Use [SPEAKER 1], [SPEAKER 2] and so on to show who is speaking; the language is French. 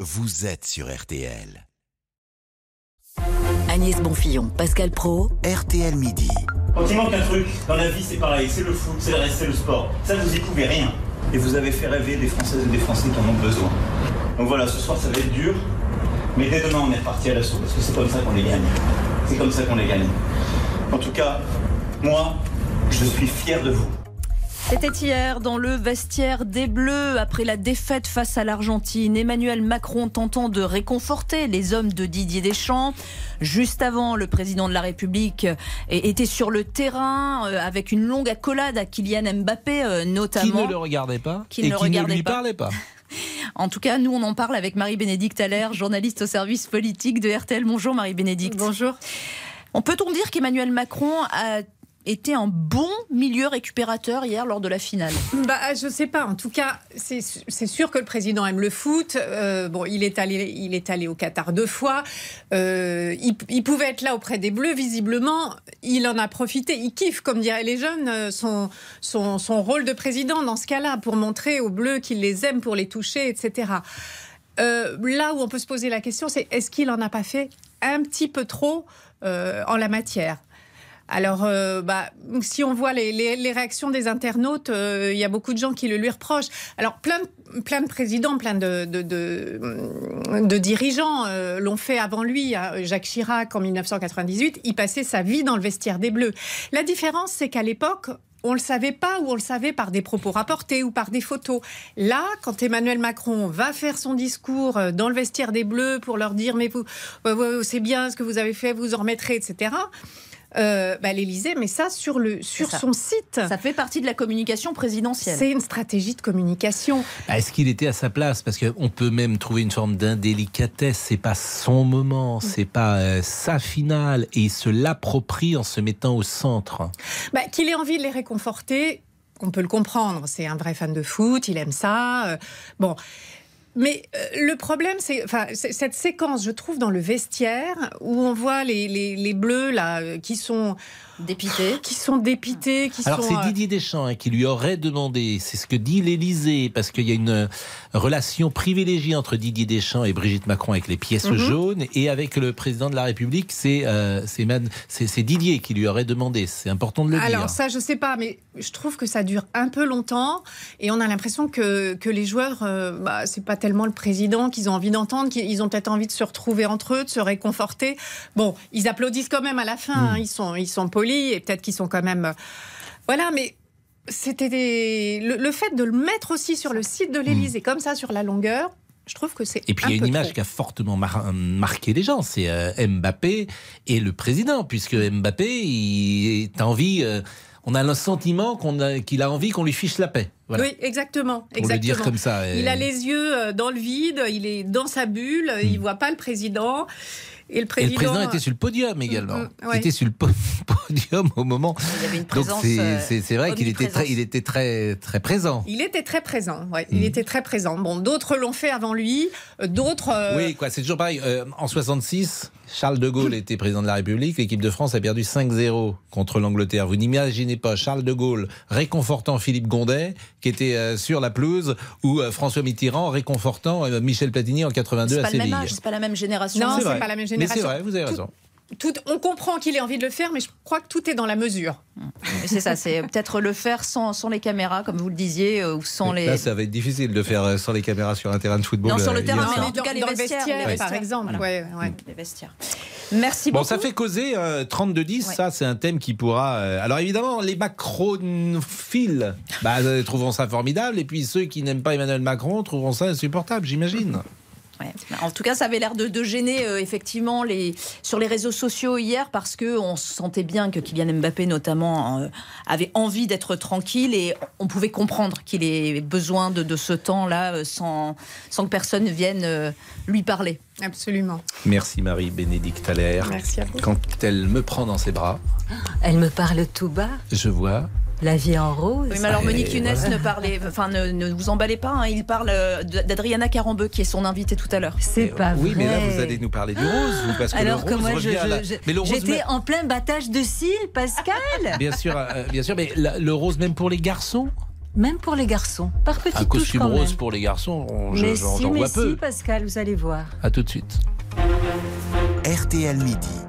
[SPEAKER 1] vous êtes sur RTL.
[SPEAKER 2] Agnès Bonfillon, Pascal Pro,
[SPEAKER 1] RTL Midi.
[SPEAKER 3] Quand il manque un truc, dans la vie c'est pareil, c'est le foot, c'est le reste, c'est le sport. Ça vous y pouvez rien. Et vous avez fait rêver des Françaises et des Français qui en ont besoin. Donc voilà, ce soir ça va être dur, mais dès demain on est reparti à l'assaut, parce que c'est comme ça qu'on les gagne. C'est comme ça qu'on les gagne. En tout cas, moi, je suis fier de vous.
[SPEAKER 4] C'était hier dans le vestiaire des Bleus après la défaite face à l'Argentine. Emmanuel Macron tentant de réconforter les hommes de Didier Deschamps. Juste avant, le président de la République euh, était sur le terrain euh, avec une longue accolade à Kylian Mbappé euh,
[SPEAKER 5] Qui
[SPEAKER 4] notamment.
[SPEAKER 5] ne le regardait pas
[SPEAKER 4] Qui
[SPEAKER 5] et
[SPEAKER 4] ne le
[SPEAKER 5] qui ne
[SPEAKER 4] regardait
[SPEAKER 5] lui
[SPEAKER 4] pas.
[SPEAKER 5] parlait pas.
[SPEAKER 4] En tout cas, nous on en parle avec Marie-Bénédicte Allaire, journaliste au service politique de RTL. Bonjour Marie-Bénédicte.
[SPEAKER 6] Bonjour.
[SPEAKER 4] On peut-on dire qu'Emmanuel Macron a été un bon milieu récupérateur hier lors de la finale
[SPEAKER 6] Bah, je sais pas. En tout cas, c'est c'est sûr que le président aime le foot. Euh, bon, il est allé, il est allé au Qatar deux fois. Euh, il, il pouvait être là auprès des Bleus. Visiblement, il en a profité. Il kiffe, comme diraient les jeunes, euh, son son, son rôle de président dans ce cas-là pour montrer aux Bleus qu'il les aime, pour les toucher, etc. Euh, là où on peut se poser la question, c'est est-ce qu'il en a pas fait un petit peu trop euh, en la matière alors, euh, bah, si on voit les, les- les réactions des internautes, euh, il y a beaucoup de gens qui le lui reprochent. Alors, plein de, plein de présidents, plein de, de, hum, de- de dirigeants euh, l'ont fait avant lui. hein. Jacques Chirac, en 1998, il passait sa vie dans le vestiaire des Bleus. La différence, c'est qu'à l'époque, on le savait pas ou on le savait par des propos rapportés ou par des photos. Là, quand Emmanuel Macron va faire son discours euh, dans le vestiaire des Bleus pour leur dire mais vous, euh, ouais, c'est bien ce que vous avez fait, vous en remettrez, etc. Euh, bah, L'Élysée met ça sur le sur
[SPEAKER 4] ça.
[SPEAKER 6] son site.
[SPEAKER 4] Ça fait partie de la communication présidentielle.
[SPEAKER 6] C'est une stratégie de communication.
[SPEAKER 5] Bah, Est-ce qu'il était à sa place Parce qu'on peut même trouver une forme d'indélicatesse. C'est pas son
[SPEAKER 4] Mm.
[SPEAKER 5] moment, c'est pas euh, sa finale. Et il se l'approprie en se mettant au centre.
[SPEAKER 6] Bah, qu'il ait envie de les réconforter, on peut le comprendre. C'est un vrai fan de foot, il aime ça. euh, bon. Mais euh, le problème, c'est enfin, c'est- cette séquence, je trouve, dans le vestiaire, où on voit les, les- les bleus là, euh, qui, sont,
[SPEAKER 4] Dépité.
[SPEAKER 6] qui sont dépités, qui
[SPEAKER 5] Alors
[SPEAKER 6] sont.
[SPEAKER 5] c'est
[SPEAKER 6] euh,
[SPEAKER 5] Didier Deschamps hein, qui lui aurait demandé, c'est ce que dit l'Élysée, parce qu'il y a une euh, relation privilégiée entre Didier Deschamps et Brigitte Macron avec les pièces
[SPEAKER 4] Mm-hmm.
[SPEAKER 5] jaunes et avec le président de la République, c'est euh, c'est Man- c'est- c'est Didier qui lui aurait demandé, c'est important de le
[SPEAKER 6] Alors
[SPEAKER 5] dire.
[SPEAKER 6] ça, je sais pas, mais je trouve que ça dure un peu longtemps et on a l'impression que, que les joueurs, euh, bah, c'est pas tellement le président qu'ils ont envie d'entendre, qu'ils ont peut-être envie de se retrouver entre eux, de se réconforter. Bon, ils applaudissent quand même à la
[SPEAKER 5] Hmm.
[SPEAKER 6] fin, hein, ils, sont, ils sont polis et peut-être qu'ils sont quand même... euh, Voilà, mais c'était des- le, le fait de le mettre aussi sur le site de l'Élysée, comme ça, sur la longueur, je trouve que c'est...
[SPEAKER 5] Hmm. Et puis
[SPEAKER 6] un
[SPEAKER 5] il y a une
[SPEAKER 6] peu
[SPEAKER 5] image
[SPEAKER 6] trop.
[SPEAKER 5] qui a fortement mar- marqué les gens, c'est euh, Mbappé et le président, puisque Mbappé, il est envie, euh, on a le sentiment qu'on a- qu'il a envie qu'on lui fiche la paix. Voilà.
[SPEAKER 6] Oui, exactement.
[SPEAKER 5] Pour
[SPEAKER 6] exactement.
[SPEAKER 5] le dire comme ça.
[SPEAKER 6] Il a
[SPEAKER 5] Et-
[SPEAKER 6] les yeux euh, dans le vide, il est dans sa bulle, il voit pas le président. Et le
[SPEAKER 5] Et
[SPEAKER 6] président,
[SPEAKER 5] le président était sur le podium également.
[SPEAKER 6] euh, mm, ouais.
[SPEAKER 5] Il était sur le po- podium au moment.
[SPEAKER 4] Il y avait une
[SPEAKER 5] Donc
[SPEAKER 4] présence.
[SPEAKER 5] c'est-
[SPEAKER 4] euh,
[SPEAKER 5] c'est c'est vrai qu'il était très,
[SPEAKER 4] omniprésence.
[SPEAKER 5] il était très, très présent.
[SPEAKER 6] il était très présent. ouais, Il était très présent. Bon, d'autres l'ont fait avant lui, euh, d'autres. euh,
[SPEAKER 5] Oui, quoi, c'est toujours pareil. Euh, en 66, Charles de Gaulle était président de la République. L'équipe de France a perdu 5-0 contre l'Angleterre. Vous n'imaginez pas Charles de Gaulle réconfortant Philippe Gondet, qui était euh, sur la pelouse, ou euh, François Mitterrand réconfortant euh, Michel Platini en 82
[SPEAKER 4] C'est
[SPEAKER 5] à
[SPEAKER 4] pas le même
[SPEAKER 5] Séville.
[SPEAKER 4] âge, c'est pas la même génération.
[SPEAKER 6] Non,
[SPEAKER 5] C'est
[SPEAKER 6] c'est
[SPEAKER 5] vrai.
[SPEAKER 6] pas la même
[SPEAKER 5] Mais c'est
[SPEAKER 6] génération.
[SPEAKER 5] vrai, vous avez raison.
[SPEAKER 6] tout- on comprend qu'il ait envie de le faire, mais je crois que tout est dans la mesure.
[SPEAKER 4] Mais C'est ça, c'est peut-être le faire sans, sans les caméras, comme vous le disiez, euh, ou sans les.
[SPEAKER 5] Là, ça va être difficile de faire euh, sans les caméras sur un terrain de football.
[SPEAKER 4] Non, sur le
[SPEAKER 5] euh,
[SPEAKER 4] terrain,
[SPEAKER 5] hier
[SPEAKER 4] mais
[SPEAKER 5] soir.
[SPEAKER 4] en tout cas, les
[SPEAKER 6] dans le
[SPEAKER 4] vestiaires,
[SPEAKER 6] vestiaire,
[SPEAKER 4] les vestiaires.
[SPEAKER 6] par exemple.
[SPEAKER 4] Voilà.
[SPEAKER 6] ouais, ouais.
[SPEAKER 4] Les vestiaires. Merci
[SPEAKER 5] Bon,
[SPEAKER 4] beaucoup.
[SPEAKER 5] ça fait causer euh, 32-10,
[SPEAKER 4] Ouais.
[SPEAKER 5] ça c'est un thème qui pourra... euh, alors évidemment, les macronophiles bah, euh, trouveront ça formidable, et puis ceux qui n'aiment pas Emmanuel Macron trouveront ça insupportable, j'imagine.
[SPEAKER 4] Ouais. En tout cas, ça avait l'air de, de gêner euh, effectivement les, sur les réseaux sociaux hier parce que on sentait bien que Kylian Mbappé notamment euh, avait envie d'être tranquille et on pouvait comprendre qu'il ait besoin de, de ce temps-là euh, sans, sans que personne vienne euh, lui parler.
[SPEAKER 6] Absolument.
[SPEAKER 5] Merci Marie-Bénédicte Allaire.
[SPEAKER 6] Merci à vous.
[SPEAKER 5] Quand elle me prend dans ses bras,
[SPEAKER 2] elle me parle tout bas,
[SPEAKER 5] je vois...
[SPEAKER 2] la vie en rose.
[SPEAKER 4] Oui, mais alors
[SPEAKER 5] Et
[SPEAKER 4] Monique Younes ne parlez, enfin ne, ne vous emballez pas. hein, il parle euh, d'Adriana Carambeu qui est son invitée tout à l'heure.
[SPEAKER 2] C'est pas
[SPEAKER 5] euh, oui, mais là
[SPEAKER 2] vrai.
[SPEAKER 5] vous allez nous parler du rose, vous, parce que le
[SPEAKER 2] Alors que
[SPEAKER 5] rose
[SPEAKER 2] moi, je-
[SPEAKER 5] revient à la-
[SPEAKER 2] je-
[SPEAKER 5] Mais le rose
[SPEAKER 2] je- j'étais
[SPEAKER 5] même-
[SPEAKER 2] en plein battage de cils, Pascal.
[SPEAKER 5] Bien sûr, euh, bien sûr, mais la- le rose même pour les garçons
[SPEAKER 2] même pour les garçons, par petites
[SPEAKER 5] Un
[SPEAKER 2] touches
[SPEAKER 5] costume
[SPEAKER 2] quand
[SPEAKER 5] rose
[SPEAKER 2] même.
[SPEAKER 5] pour les garçons, on- je-
[SPEAKER 2] mais
[SPEAKER 5] j'en
[SPEAKER 2] si,
[SPEAKER 5] j'en
[SPEAKER 2] mais
[SPEAKER 5] vois
[SPEAKER 2] si,
[SPEAKER 5] peu.
[SPEAKER 2] Pascal, vous allez voir.
[SPEAKER 5] À tout de suite.
[SPEAKER 1] RTL Midi.